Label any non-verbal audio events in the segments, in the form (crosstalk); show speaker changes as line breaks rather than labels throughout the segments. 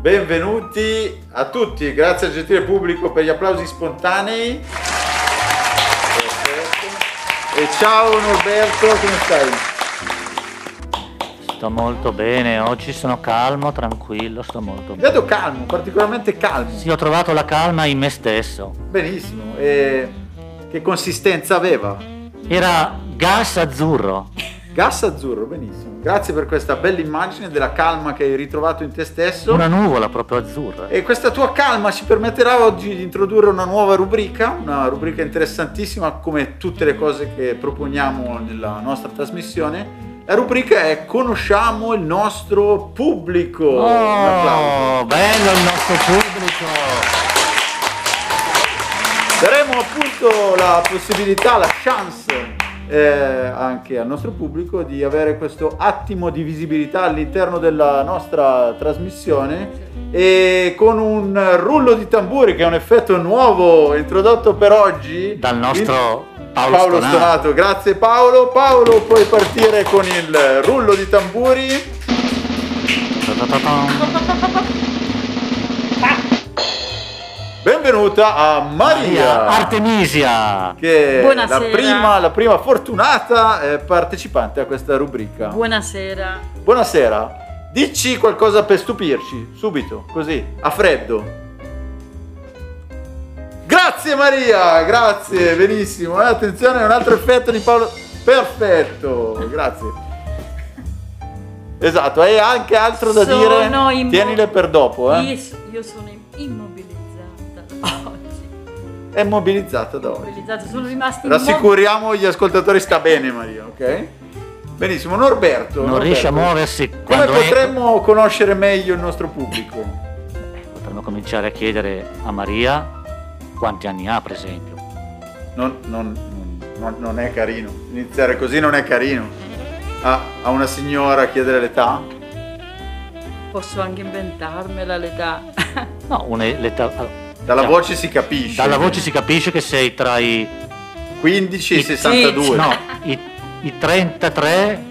Benvenuti a tutti, grazie al gentile pubblico per gli applausi spontanei. E ciao Norberto, come stai?
Sto molto bene, oggi sono calmo, tranquillo, sto molto
Ti
bene.
vedo calmo, particolarmente calmo.
Sì, ho trovato la calma in me stesso.
Benissimo. E che consistenza aveva?
Era gas azzurro.
Gas azzurro, benissimo. Grazie per questa bella immagine della calma che hai ritrovato in te stesso.
Una nuvola proprio azzurra.
E questa tua calma ci permetterà oggi di introdurre una nuova rubrica, una rubrica interessantissima come tutte le cose che proponiamo nella nostra trasmissione. La rubrica è Conosciamo il nostro pubblico. Un applauso.
Oh, bello il nostro pubblico.
Daremo appunto la possibilità, la chance eh, anche al nostro pubblico di avere questo attimo di visibilità all'interno della nostra trasmissione e con un rullo di tamburi che è un effetto nuovo introdotto per oggi
Dal nostro
Il-
Paolo Stonato.
Grazie Paolo. Paolo puoi partire con il rullo di tamburi.
Ta-ta-ta-tam.
Benvenuta a Maria.
Artemisia.
Che è la
Buonasera.
prima, la prima fortunata eh, partecipante a questa rubrica.
Buonasera.
Buonasera, dici qualcosa per stupirci, subito, così, a freddo. Grazie Maria, grazie, benissimo. Eh, attenzione, un altro effetto di Paolo. Perfetto, grazie. Esatto, hai anche altro da dire?
Sono immo-
Tienile per dopo, eh.
Io, so- io sono im-
Ah.
immobilizzata oggi.
È mobilizzata da oggi.
Immobilizzata, sono rimasta immobilizzata.
Rassicuriamo gli ascoltatori, sta bene Maria, ok? Benissimo, Norberto.
Non
Norberto,
riesce a muoversi
Come
quando è-
potremmo conoscere meglio il nostro pubblico?
Potremmo cominciare a chiedere a Maria quanti anni ha, per esempio.
Non, non- non- non è carino. Iniziare così non è carino. A, a una signora a chiedere l'età?
Posso anche inventarmela l'età.
No, una- l'età-
Dalla
Cioè,
voce si capisce.
Dalla voce si capisce che sei tra i
15 e
Sì,
62.
No, i, i 33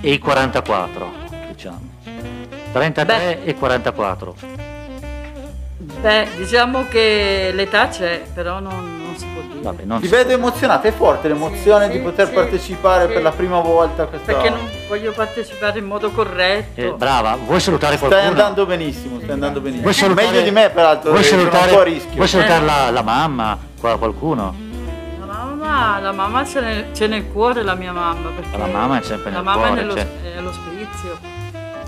e i 44, diciamo. 33 e 44.
Beh, diciamo che l'età c'è, però non, non si può dire.
Vabbè, non
Ti
so.
vedo emozionata, è forte l'emozione
Sì,
di
sì,
poter
sì,
partecipare
sì.
per la prima volta a questa...
Perché non voglio partecipare in modo corretto.
Eh, brava, vuoi salutare
Stai
qualcuno?
andando benissimo, stai andando benissimo.
Vuoi salutare-
Meglio di me peraltro,
Vuoi
perché sono un po' a
salutare,
rischio.
vuoi salutare
Eh.
la, la mamma, qua- qualcuno?
La mamma, la mamma c'è, nel, c'è nel cuore, la mia mamma. Perché
La mamma è sempre
la
nel
mamma
cuore,
è nello-
cioè.
è all'ospizio.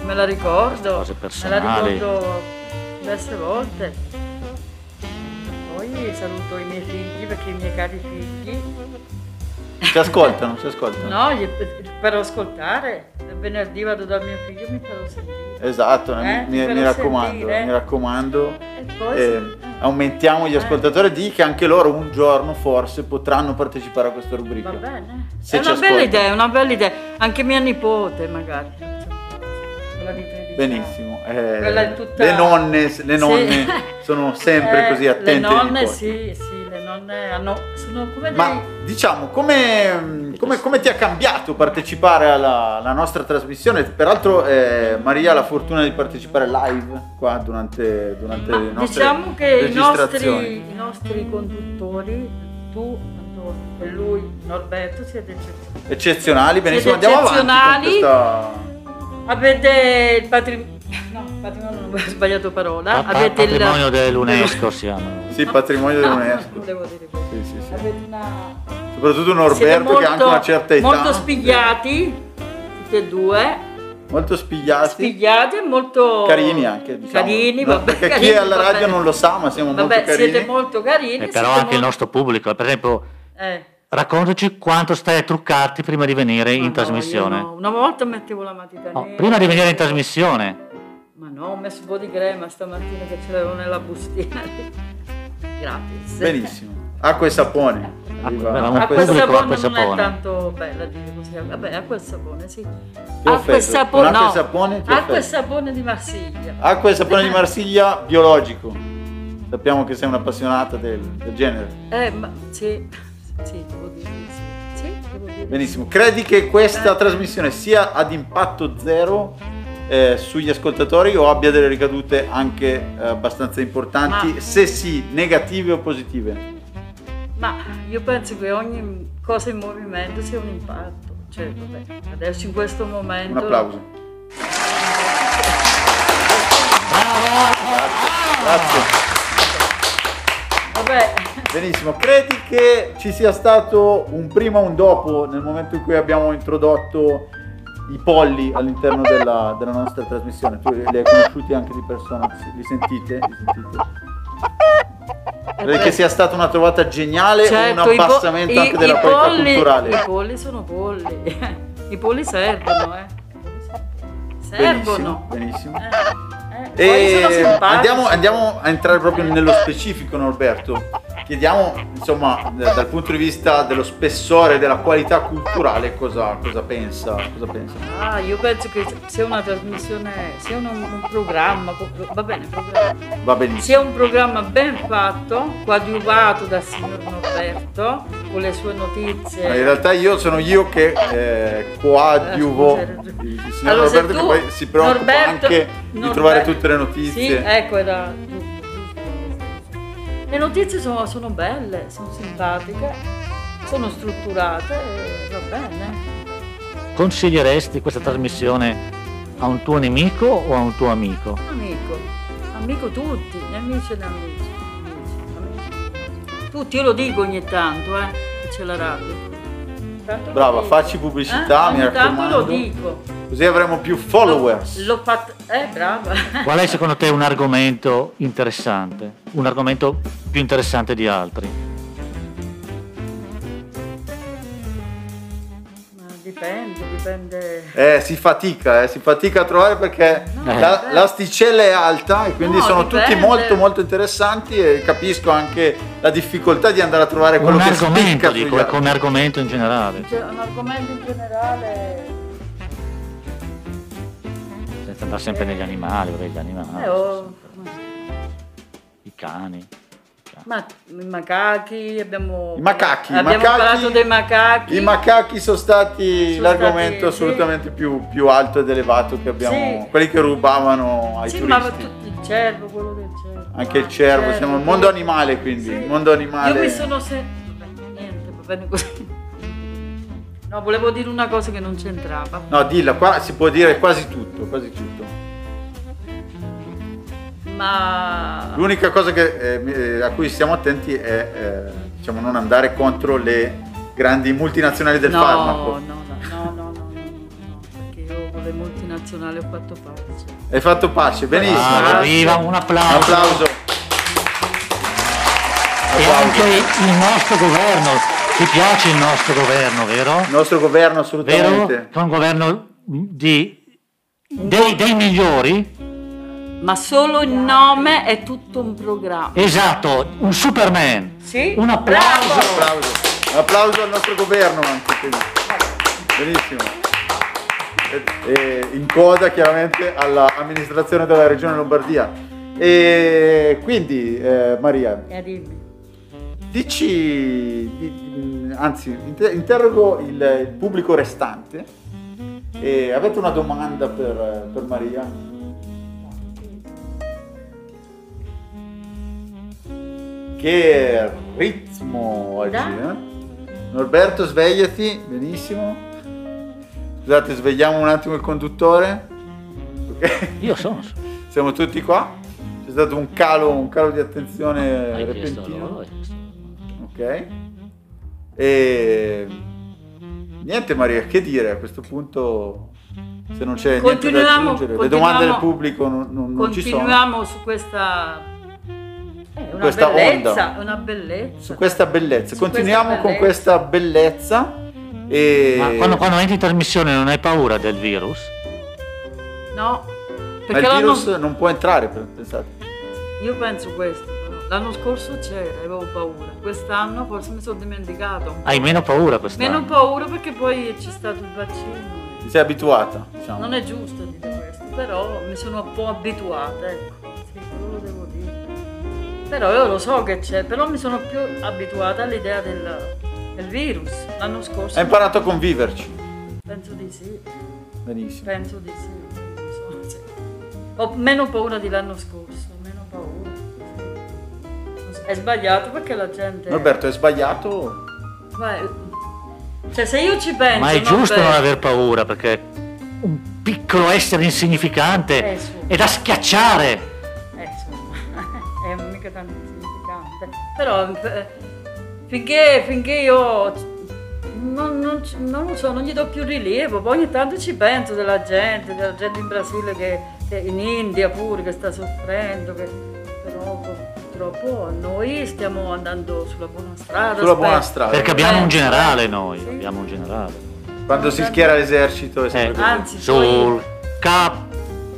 Me la ricordo.
Cose
Me la
personali.
ricordo diverse volte. Poi saluto i miei figli perché i miei cari figli.
Ci ascoltano, ci ascoltano.
No, gli- per ascoltare. Il venerdì vado dal mio figlio e mi farò sentire.
Esatto,
Eh,
mi-
ti
mi,
farò
mi raccomando,
sentire.
mi raccomando.
E poi
Eh, aumentiamo gli
Eh.
ascoltatori di che anche loro un giorno forse potranno partecipare a questa rubrica.
va bene.
Se
è
ci
una bella
ascolti.
idea, è una bella idea. Anche mia nipote magari. Quella di 13 anni.
Benissimo. eh,
Quella è tutta-
Le nonne, le
Sì. (laughs)
nonne sono sempre
Eh,
così attente.
Le
ai
nonne
nipoti.
sì, sì, le nonne hanno, sono come
Ma
dei...
diciamo, come, come- come ti ha cambiato partecipare alla, alla nostra trasmissione? Peraltro eh, Maria ha la fortuna di partecipare live qua durante, durante
Ma
le nostre
diciamo che i
registrazioni.
nostri, i nostri conduttori, tu Antonio, e lui, Norberto, siete eccezionali.
Eccezionali, benissimo,
Siete
andiamo avanti con
eccezionali.
questa...
Avete il patrimonio... (laughs) No, patrimonio (laughs) non ho sbagliato parola.
Pa- pa-
Ah, Avete il-
patrimonio
(laughs)
dell'UNESCO siamo.
Sì, patrimonio
Non
dell'UNESCO.
volevo dire questo.
Sì, sì, sì.
Avete una...
Soprattutto
siete
Norberto che ha anche una certa età.
Molto spigliati, tutti e due.
Molto spigliati.
Spigliati e molto...
Carini anche, diciamo.
Carini,
No,
vabbè.
perché chi
carini,
è alla
va
radio
bene.
non lo sa, ma siamo
Vabbè,
molto carini.
siete molto carini.
Eh, però anche
siete
il
molto-
nostro pubblico, per esempio,
Eh.
raccontaci quanto stai a truccarti prima di venire
Ma
in
no,
trasmissione.
io no. Una volta mettevo la matita
No,
nera.
prima di venire in trasmissione,
Ma no, ho messo un po' di crema stamattina che ce l'avevo nella bustina. Gratis.
Benissimo. Acqua e sapone. Arriva-
beh, ma un
A
acqua e
quel
pubblico
sapone.
a quel
sapone, non è
sapone.
tanto bella dire così. Vabbè, a quel sapone, sì.
Ti ho
A quel
offeso. Con
sapone,
acqua e
no.
sapone ti ho
A quel
offeso. Ah.
sapone di Marsiglia.
Acqua e sapone di Marsiglia biologico. Sappiamo che sei un'appassionata del, del genere.
Eh, ma sì. Sì, devo dire di sì. Sì, devo dire di
Benissimo. Credi che questa trasmissione sia ad impatto zero eh, sugli ascoltatori o abbia delle ricadute anche eh, abbastanza importanti,
Ma-
se sì, negative o positive.
Ma io penso che ogni cosa in movimento sia un impatto. Cioè, vabbè, adesso in questo momento...
Un applauso. Grazie.
Vabbè,
Benissimo, credi che ci sia stato un prima o un dopo nel momento in cui abbiamo introdotto i polli all'interno della, della nostra trasmissione? Tu li hai conosciuti anche di persona, li sentite? Li sentite? Credi che sia stata una trovata geniale o
certo,
un
i po-
abbassamento
i-
anche della
i
qualità
polli-
culturale?
I polli sono polli. (laughs) I polli servono, eh.
Benissimo,
Servono.
benissimo.
Eh, eh, poi sono
E
simpatici.
Ehm, andiamo, andiamo a entrare proprio nello specifico, Norberto. Chiediamo, insomma, d- dal punto di vista dello spessore, della qualità culturale, cosa, cosa pensa. Cosa pensa.
Ah, io penso che sia una trasmissione, sia un, un programma, co- va bene, programma.
Va benissimo.
Sia un programma ben fatto, coadiuvato dal signor Norberto, con le sue notizie.
Ma in realtà io sono io che eh, coadiuvo
Eh, scusa, era-
il signor
Allora, se
Norberto che
tu-
poi si preoccupa
Norberto-
anche di
Norberto-
trovare tutte le
Sì,
notizie.
ecco, era tutto. Le notizie sono, sono belle, sono simpatiche, sono strutturate e va bene.
Consiglieresti questa trasmissione a un tuo nemico o a un tuo amico?
Amico, amico tutti, nemici e nemici, amici, amici. Tutti, io lo dico ogni tanto, eh, che c'è la radio. Tanto lo
Brava,
dico.
facci pubblicità,
Eh,
mi
ogni tanto
raccomando.
lo dico.
Così avremo più followers.
L'ho fatto, eh, brava. (laughs)
Qual è secondo te un argomento interessante? Un argomento più interessante di altri?
Ma dipende, dipende.
Eh, si fatica, eh, si fatica a trovare perché
Eh, No,
la-
beh.
l'asticella è alta e quindi
No,
sono
dipende.
tutti molto molto interessanti e capisco anche la difficoltà di andare a trovare quello
Un
che spicca
argomento,
sugli
dico, eh,
altri.
come argomento in generale,
Cioè, un argomento in generale.
senza andare sempre negli animali, vabbè, gli animali,
Ah,
Eh, oh,
i cani.
ma i macachi abbiamo.
I macachi, i
abbiamo
macachi-
parlato dei macachi.
I macachi sono stati
Sono
l'argomento
stati- sì.
assolutamente più, più alto ed elevato che abbiamo,
Sì.
quelli che rubavano ai
Sì, ma
turisti.
tutto il cervo, quello del cervo.
Anche il cervo, siamo il mondo animale, quindi, il mondo animale.
Io mi sono se... Vabbè, niente, va bene così. No, volevo dire una cosa che non c'entrava.
No, dilla, qua si può dire quasi tutto, quasi tutto.
Ma.
L'unica cosa che, eh, mi- eh, a cui stiamo attenti è eh, diciamo, non andare contro le grandi multinazionali del
no,
farmaco.
No, no, no, no, no, no, no, perché io con le multinazionali ho fatto cioè. pace.
Hai fatto pace, benissimo.
Ah,
grazie.
viva, un applauso.
Un applauso.
E
Applauso.
anche il nostro governo, ti piace il nostro governo, vero?
Il nostro governo
Vero?
assolutamente.
Che è un governo di- dei, dei migliori?
Ma solo il nome è tutto un programma.
Esatto, un Superman.
Sì?
Un applauso.
Un
Bravo!
applauso. Un applauso al nostro governo anche. quindi. Benissimo. E- e in coda chiaramente all'amministrazione della regione Lombardia. E quindi eh, Maria,
Eh, dimmi.
Dici, di- mh, anzi, inter- interrogo il, il pubblico restante. E avete una domanda per, per Maria? Che ritmo oggi,
Dai.
eh? Norberto, svegliati, benissimo. Scusate, svegliamo un attimo il conduttore. Ok? (laughs)
Io sono.
Siamo tutti qua. C'è stato un calo, un calo di attenzione
Hai chiesto a
repentino.
loro, hai chiesto a loro.
Ok. E niente Maria, che dire a questo punto se non c'è niente da
Continuiamo-
aggiungere. Le domande del
continuiamo-
pubblico non, non- non ci sono.
Continuiamo su questa. È una
Questa
bellezza,
onda.
è una bellezza.
Su questa bellezza.
Su
Continuiamo
questa
con questa bellezza. E...
Ma quando, quando entri in trasmissione non hai paura del virus?
Ma
No, perché
il
l'anno,
virus non può entrare, pensate.
io penso questo. però. L'anno scorso c'era, avevo paura. Quest'anno forse mi sono dimenticato. un po'.
Hai meno paura quest'anno?
Meno paura perché poi c'è stato il vaccino.
Ti sei abituata, diciamo.
Non è giusto dire questo, però mi sono un po' abituata, ecco. Sì, quello devo dire. Però io lo so che c'è, però mi sono più abituata all'idea del, del virus. L'anno scorso
Eh, Hai imparato a conviverci.
penso di sì.
Benissimo.
Penso di sì. non so. Ho meno paura di l'anno scorso, meno paura. sì. È sbagliato perché la gente...
Norberto, è sbagliato?
Beh, cioè se io ci penso...
Ma è giusto
Norberto-
non aver paura perché un piccolo essere insignificante
Eh, sì.
è da schiacciare.
Eh, insomma, (laughs) è mica tanto insignificante. Però eh, finché, finché io non, non ci- non lo so, non gli do più rilievo, poi ogni tanto ci penso della gente, della gente in Brasile che, che in India pure che sta soffrendo, che però purtroppo noi stiamo andando sulla buona strada.
Sulla buona
spero. Eh,
strada.
Perché abbiamo un generale noi,
Sì.
abbiamo un generale.
Quando si schiera l'esercito è sempre
Eh,
così.
anzi,
Sul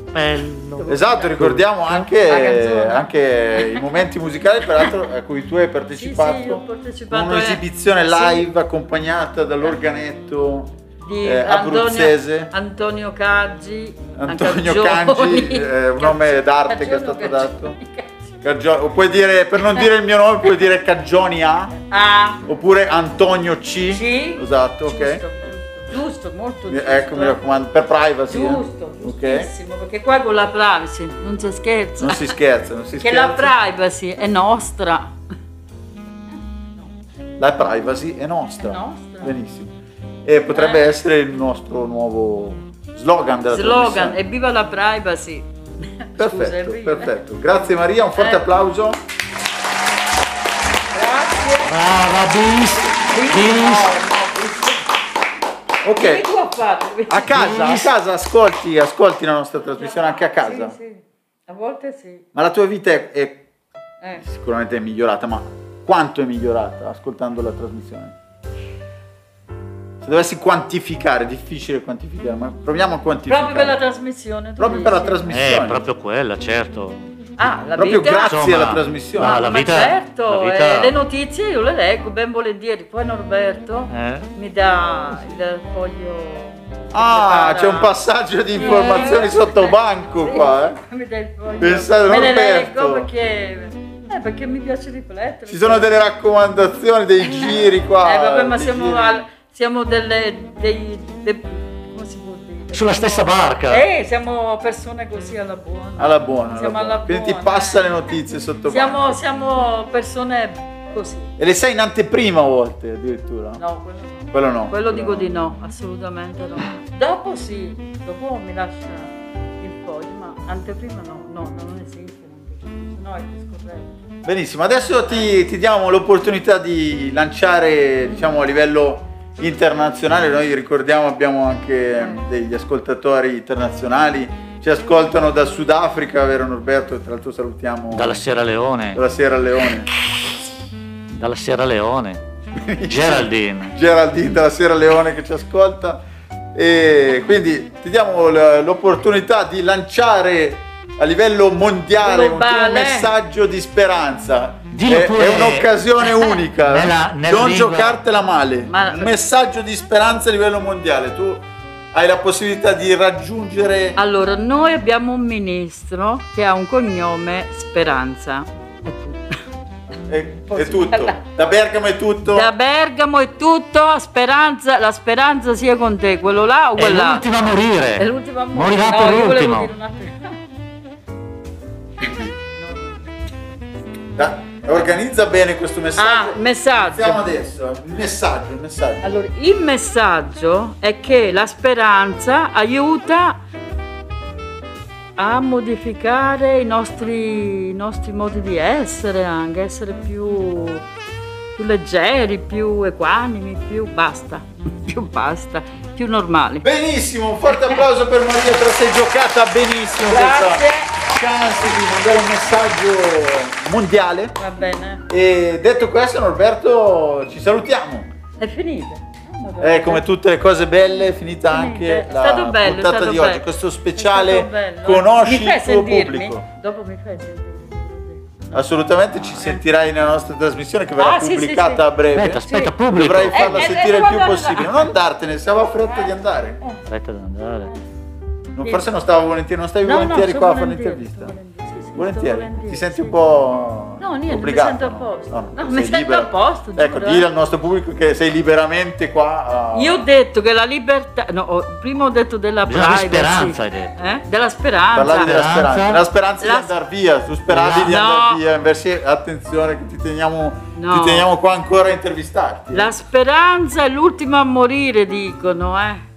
cappello.
Esatto, ricordiamo
La
anche,
canzone.
anche i momenti musicali peraltro a cui tu hai
Sì, sì, io ho
partecipato.
partecipato
Un'esibizione
eh,
live accompagnata dall'organetto
sì, di
eh, abruzzese.
Antonio Caggi,
Antonio
Cangioni.
Cangi, eh, un nome d'arte che è stato dato.
Caggioni, Caggioni.
Caggioni- o puoi dire, per non dire il mio nome, puoi dire Caggioni A
Ah,
oppure Antonio C.
sì.
Esatto,
Giusto,
ok.
Giusto, giusto, molto giusto. eh.
Ecco, mi raccomando, per privacy. eh.
Giusto,
Ok?
giustissimo, perché qua con la privacy non si scherza.
Non si scherza, non si
che
scherza.
la privacy è nostra.
La privacy è nostra.
È nostra.
Benissimo. E potrebbe
Eh.
essere il nostro nuovo slogan della
Slogan,
trasmissione.
evviva la privacy. Scusa,
Perfetto,
evviva.
perfetto. Grazie Maria, un forte
Eh.
applauso.
Grazie.
Brava bis, bis.
Che
Ok.
tu ha fatto?
A casa, a casa ascolti, ascolti la nostra trasmissione anche a casa.
Sì, sì. A volte sì.
Ma la tua vita è, è-
Eh.
sicuramente è migliorata, ma quanto è migliorata ascoltando la trasmissione? Se dovessi quantificare, è difficile quantificare, ma proviamo a quantificare.
Proprio per la trasmissione. tu
Proprio per la
dici?
trasmissione.
È Eh, proprio quella, certo.
Ah, la
Proprio
vita?
grazie alla trasmissione.
Ma
Ma,
la
ma
vita,
certo,
la vita-
eh, le notizie io le leggo ben volentieri. Poi Norberto
eh,
mi dà il foglio. che
Ah,
prepara-
c'è un passaggio di informazioni
Eh.
sotto banco
Sì,
qua, eh.
Mi dà il foglio.
Pensate,
me le
Norberto.
leggo perché, eh, perché mi piace riflettere.
Ci sono delle raccomandazioni, dei giri qua.
Eh, vabbè, ma
dei
siamo,
giri.
al- siamo dei, dei, dei- come si può dire?
Sulla
Siamo-
stessa barca.
Eh, siamo persone così alla buona.
Alla buona. alla
Siamo
buona.
alla
Quindi ti
buona,
passa
eh.
le notizie sotto banco.
Siamo, siamo persone così.
E le sai in anteprima a volte addirittura?
No, quello no.
Quello no.
Quello dico
no.
di no, assolutamente no. Dopo sì, dopo mi lascia il foglio, ma anteprima no, no, no, non esiste l'anteprima, no è scoperto.
Benissimo, adesso ti, ti diamo l'opportunità di lanciare diciamo a livello internazionale, noi ricordiamo abbiamo anche degli ascoltatori internazionali, ci ascoltano da Sudafrica, vero Norberto? Tra l'altro salutiamo
dalla Sierra Leone,
dalla Sierra Leone.
dalla
(laughs)
Sierra Leone. Geraldine.
Geraldine della Sierra Leone che ci ascolta e quindi ti diamo l- l'opportunità di lanciare a livello mondiale un,
Globale.
un messaggio di speranza.
Dillo
è,
pure.
è
(laughs)
un'occasione unica,
Nella- nella
non
lingua-
giocartela male.
Ma-
Un messaggio di speranza a livello mondiale. Tu hai la possibilità di raggiungere
Allora, noi abbiamo un ministro che ha un cognome Speranza.
è,
È tutto.
eh, è
Posso
tutto.
parlare?
Da Bergamo è tutto.
Da Bergamo è tutto, speranza, la speranza sia con te, quello là o
È
quello là.
l'ultima a morire.
È l'ultima morte.
Morirà
No,
per
io volevo
ultimo.
dire un'altra-
Da- organizza bene questo messaggio.
Ah, messaggio.
Iniziamo adesso. Il messaggio, il messaggio.
Allora, il messaggio è che la speranza aiuta a modificare i nostri, i nostri modi di essere, anche essere più, più leggeri, più equanimi, più basta, (laughs) più basta, più normali.
Benissimo, un forte applauso per Maria, te la sei giocata benissimo
Grazie.
questa chance di mandare un messaggio mondiale.
Va bene,
E detto questo Norberto ci salutiamo.
è finita.
Eh, come tutte le cose belle è finita anche
È
la
stato bello, è
puntata
stato
di
bello.
oggi, questo
È stato
speciale
bello.
Conosci
Mi fai
il tuo
sentirmi?
pubblico.
Dopo mi fai sentirmi.
Assolutamente ci sentirai nella nostra trasmissione che verrà
Ah, sì, sì,
pubblicata
sì.
a breve.
Aspetta, aspetta,
Sì.
pubblico.
Dovrai farla
Eh, eh,
sentire il
eh,
più
guarda,
possibile.
guarda.
Non andartene, stavo a fretta di andare.
Aspetta ad andare.
Non- Forse non stavo volentieri, non stavi volentieri
sono
qua a fare
volentieri,
l'intervista.
sono volentieri. Sì, sì,
volentieri.
volentieri,
Ti senti
sì.
un po'
No, niente, mi
obbligata,
sento a
no?
posto.
No,
No,
sei
mi sento
libera.
a posto,
Ecco,
giuro,
dillo
eh.
al nostro pubblico che sei liberamente qua. a-
Io ho detto che la libertà, no, ho- prima ho detto della
Bisogna avere
privacy,
speranza, hai detto.
eh? della
Parlavi
speranza.
della speranza, la speranza
La-
di andare via, tu speravi di
No.
andare via, invece attenzione che ti teniamo,
No.
ti teniamo qua ancora a intervistarti. eh.
La speranza è l'ultima a morire, dicono, eh.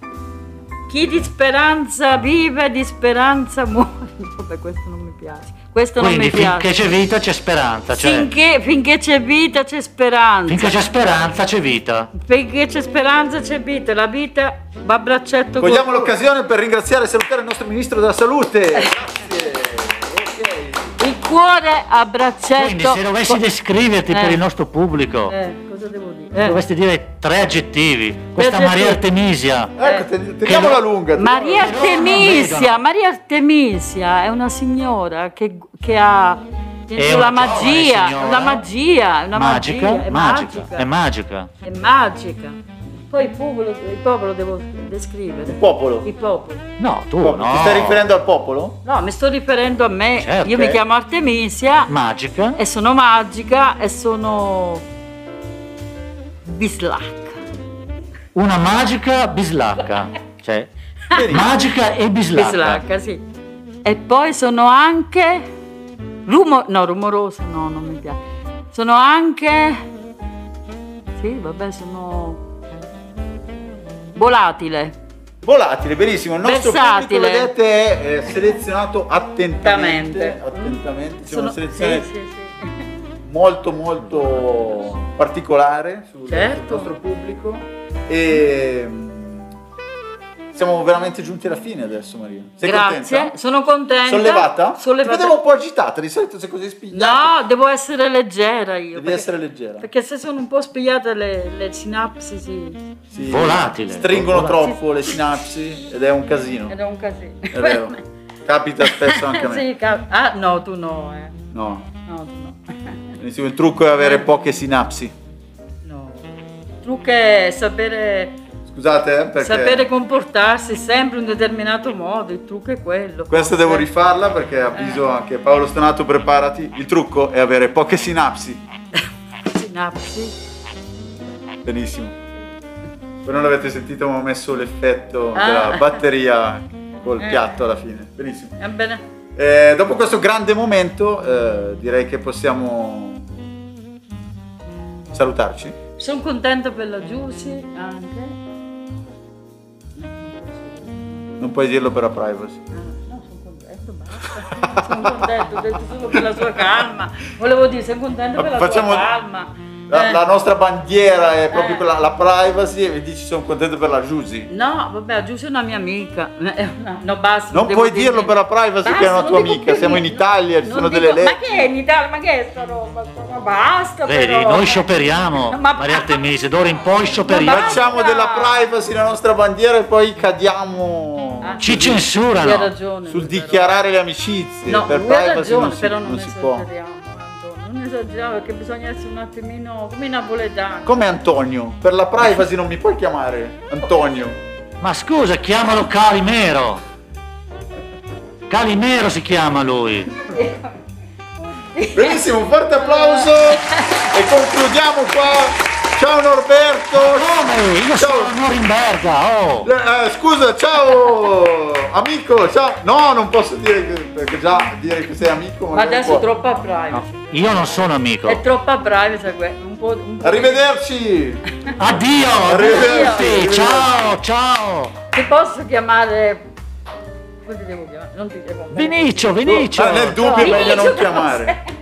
Chi di speranza vive, di speranza muore. (laughs) Vabbè, questo non mi piace. Questo non
Quindi
mi piace.
finché c'è vita c'è speranza, cioè
Finché, finché c'è vita c'è speranza.
finché c'è speranza c'è vita.
Finché c'è speranza c'è vita. La vita va a braccetto con
Cogliamo l'occasione per ringraziare e salutare il nostro ministro della salute.
Eh.
Grazie. Ok.
il cuore a braccetto.
Quindi se dovessi
con-
descriverti
Certo. Eh.
per il nostro pubblico,
Eh, cosa devo dire? Eh.
dovresti dire tre aggettivi. Questa
aggettivi.
Maria Artemisia
Ecco, ten- teniamola
Che-
lunga.
Maria
Loro non
Artemisia,
vedono.
Maria Artemisia è una signora che, che ha
è
la
una
magia,
giovane
la
signora
magia, è una
magica,
magia, è
magica,
magica,
è magica.
è magica. Poi il popolo, il popolo devo descrivere.
Il popolo.
Il popolo.
No, tu
Popolo.
no.
Ti stai riferendo al popolo?
No, mi sto riferendo a me.
Certo.
Io mi chiamo Artemisia
Magica.
e sono magica e sono bislacca.
Una magica bislacca. Cioè,
Benissimo.
magica e bislacca.
Bislacca, sì. E poi sono anche rumo- no, rumorosa, no, non mi piace. Sono anche Sì, vabbè, sono volatile.
Volatile, benissimo. Il nostro
Versatile.
pubblico, vedete, è eh, selezionato attentamente.
Esattamente.
attentamente. C'è
Sono-
una selezione
sì, sì, sì.
molto molto particolare sul
Certo.
nostro pubblico. E mm, siamo veramente giunti alla fine adesso, Maria. Sei
Grazie,
contenta?
sono contenta.
Sollevata?
Sollevata.
Ti vedevo un po' agitata, di solito sei così spigliata.
No, devo essere leggera io.
Devi
perché-
essere leggera.
Perché se sono un po' spigliate le, le sinapsi, sì.
Sì,
Volatile.
Stringono
Volatile.
troppo le sinapsi ed è un casino.
Ed è un casino.
È
(laughs)
vero. Capita spesso anche a me.
Sì, cap- ah, no, tu no, eh.
No.
No, tu no.
Benissimo, il trucco è
Eh.
avere poche sinapsi.
no. Tu che sapere,
Scusate, eh, perché
sapere comportarsi sempre in un determinato modo, il trucco è quello. Cioè,
questa
Forse-
devo rifarla perché
Eh.
avviso anche Paolo Stonato, preparati. Il trucco è avere poche sinapsi.
Sinapsi.
Benissimo. Voi non l'avete sentito, ma ho messo l'effetto
Ah.
della batteria col
Eh.
piatto alla fine. Benissimo.
Va bene.
Eh, dopo questo grande momento, eh, direi che possiamo salutarci.
Sono contenta per la Giussi anche. No, non posso dire.
Non puoi dirlo per la privacy.
Ah, no, sono
(laughs)
contento, basta. sono contento, ho detto solo per la sua calma. Volevo dire, sono contento per la
Facciamo-
sua calma.
La,
Eh.
la nostra bandiera è proprio
Eh.
quella, la privacy e mi dici sono contento per la Giusy.
No, vabbè, Giussi è una mia amica. È una- No, basta.
Non
devo
puoi
dire-
dirlo per la privacy
Basta,
che è una
non
tua
dico
amica,
più
siamo in
niente.
Italia, ci
Non
sono
dico-
delle leggi.
Ma che è in Italia? Ma che è sta roba? Ma basta
Vedi,
però.
noi scioperiamo,
No, ma-
Maria Artemisia, d'ora in poi
Ma
scioperiamo.
basta.
Facciamo della privacy la nostra bandiera e poi cadiamo
Ah.
Ci
Hai
censurano.
ragione.
sul
però.
dichiarare le amicizie.
No,
per
lui ha
privacy non
ragione,
si,
però non,
non si può.
esageriamo. Antonio, Non esageriamo perché bisogna essere un attimino come i napoletani.
Come Antonio, per la privacy non mi puoi chiamare Antonio.
Ma scusa, chiamalo Calimero. Calimero si chiama lui.
Benissimo, un forte
(laughs)
applauso e concludiamo qua. Ciao Norberto.
Come? Io sono a Norimberga, oh!
Le- eh, scusa, ciao amico, ciao. No, non posso dire che, perché già dire che sei amico.
Ma
magari
adesso è
può.
troppa privacy.
No, io non sono amico.
È troppa privacy que- un po', un po'.
Arrivederci.
Addio!
Arrivederci,
a tutti, Ciao, ciao!
Ti posso chiamare come ti devo chiamare? Non ti devo chiamare.
Vinicio, Vinicio!
Oh, Ah, nel dubbio è meglio
Vinicio,
non chiamare.